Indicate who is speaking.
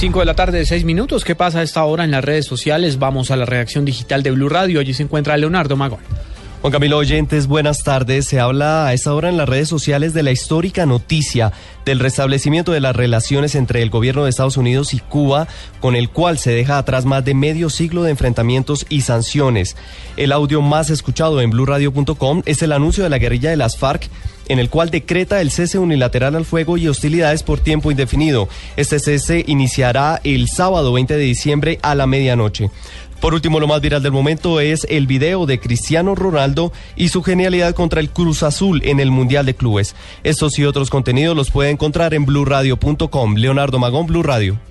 Speaker 1: 5 de la tarde, 6 minutos. ¿Qué pasa a esta hora en las redes sociales? Vamos a la redacción digital de Blue Radio. Allí se encuentra Leonardo Magón.
Speaker 2: Juan Camilo Oyentes, buenas tardes. Se habla a esta hora en las redes sociales de la histórica noticia del restablecimiento de las relaciones entre el gobierno de Estados Unidos y Cuba, con el cual se deja atrás más de medio siglo de enfrentamientos y sanciones. El audio más escuchado en blueradio.com es el anuncio de la guerrilla de las FARC en el cual decreta el cese unilateral al fuego y hostilidades por tiempo indefinido. Este cese iniciará el sábado 20 de diciembre a la medianoche. Por último, lo más viral del momento es el video de Cristiano Ronaldo y su genialidad contra el Cruz Azul en el Mundial de Clubes. Estos y otros contenidos los puede encontrar en blueradio.com. Leonardo Magón, Blue Radio.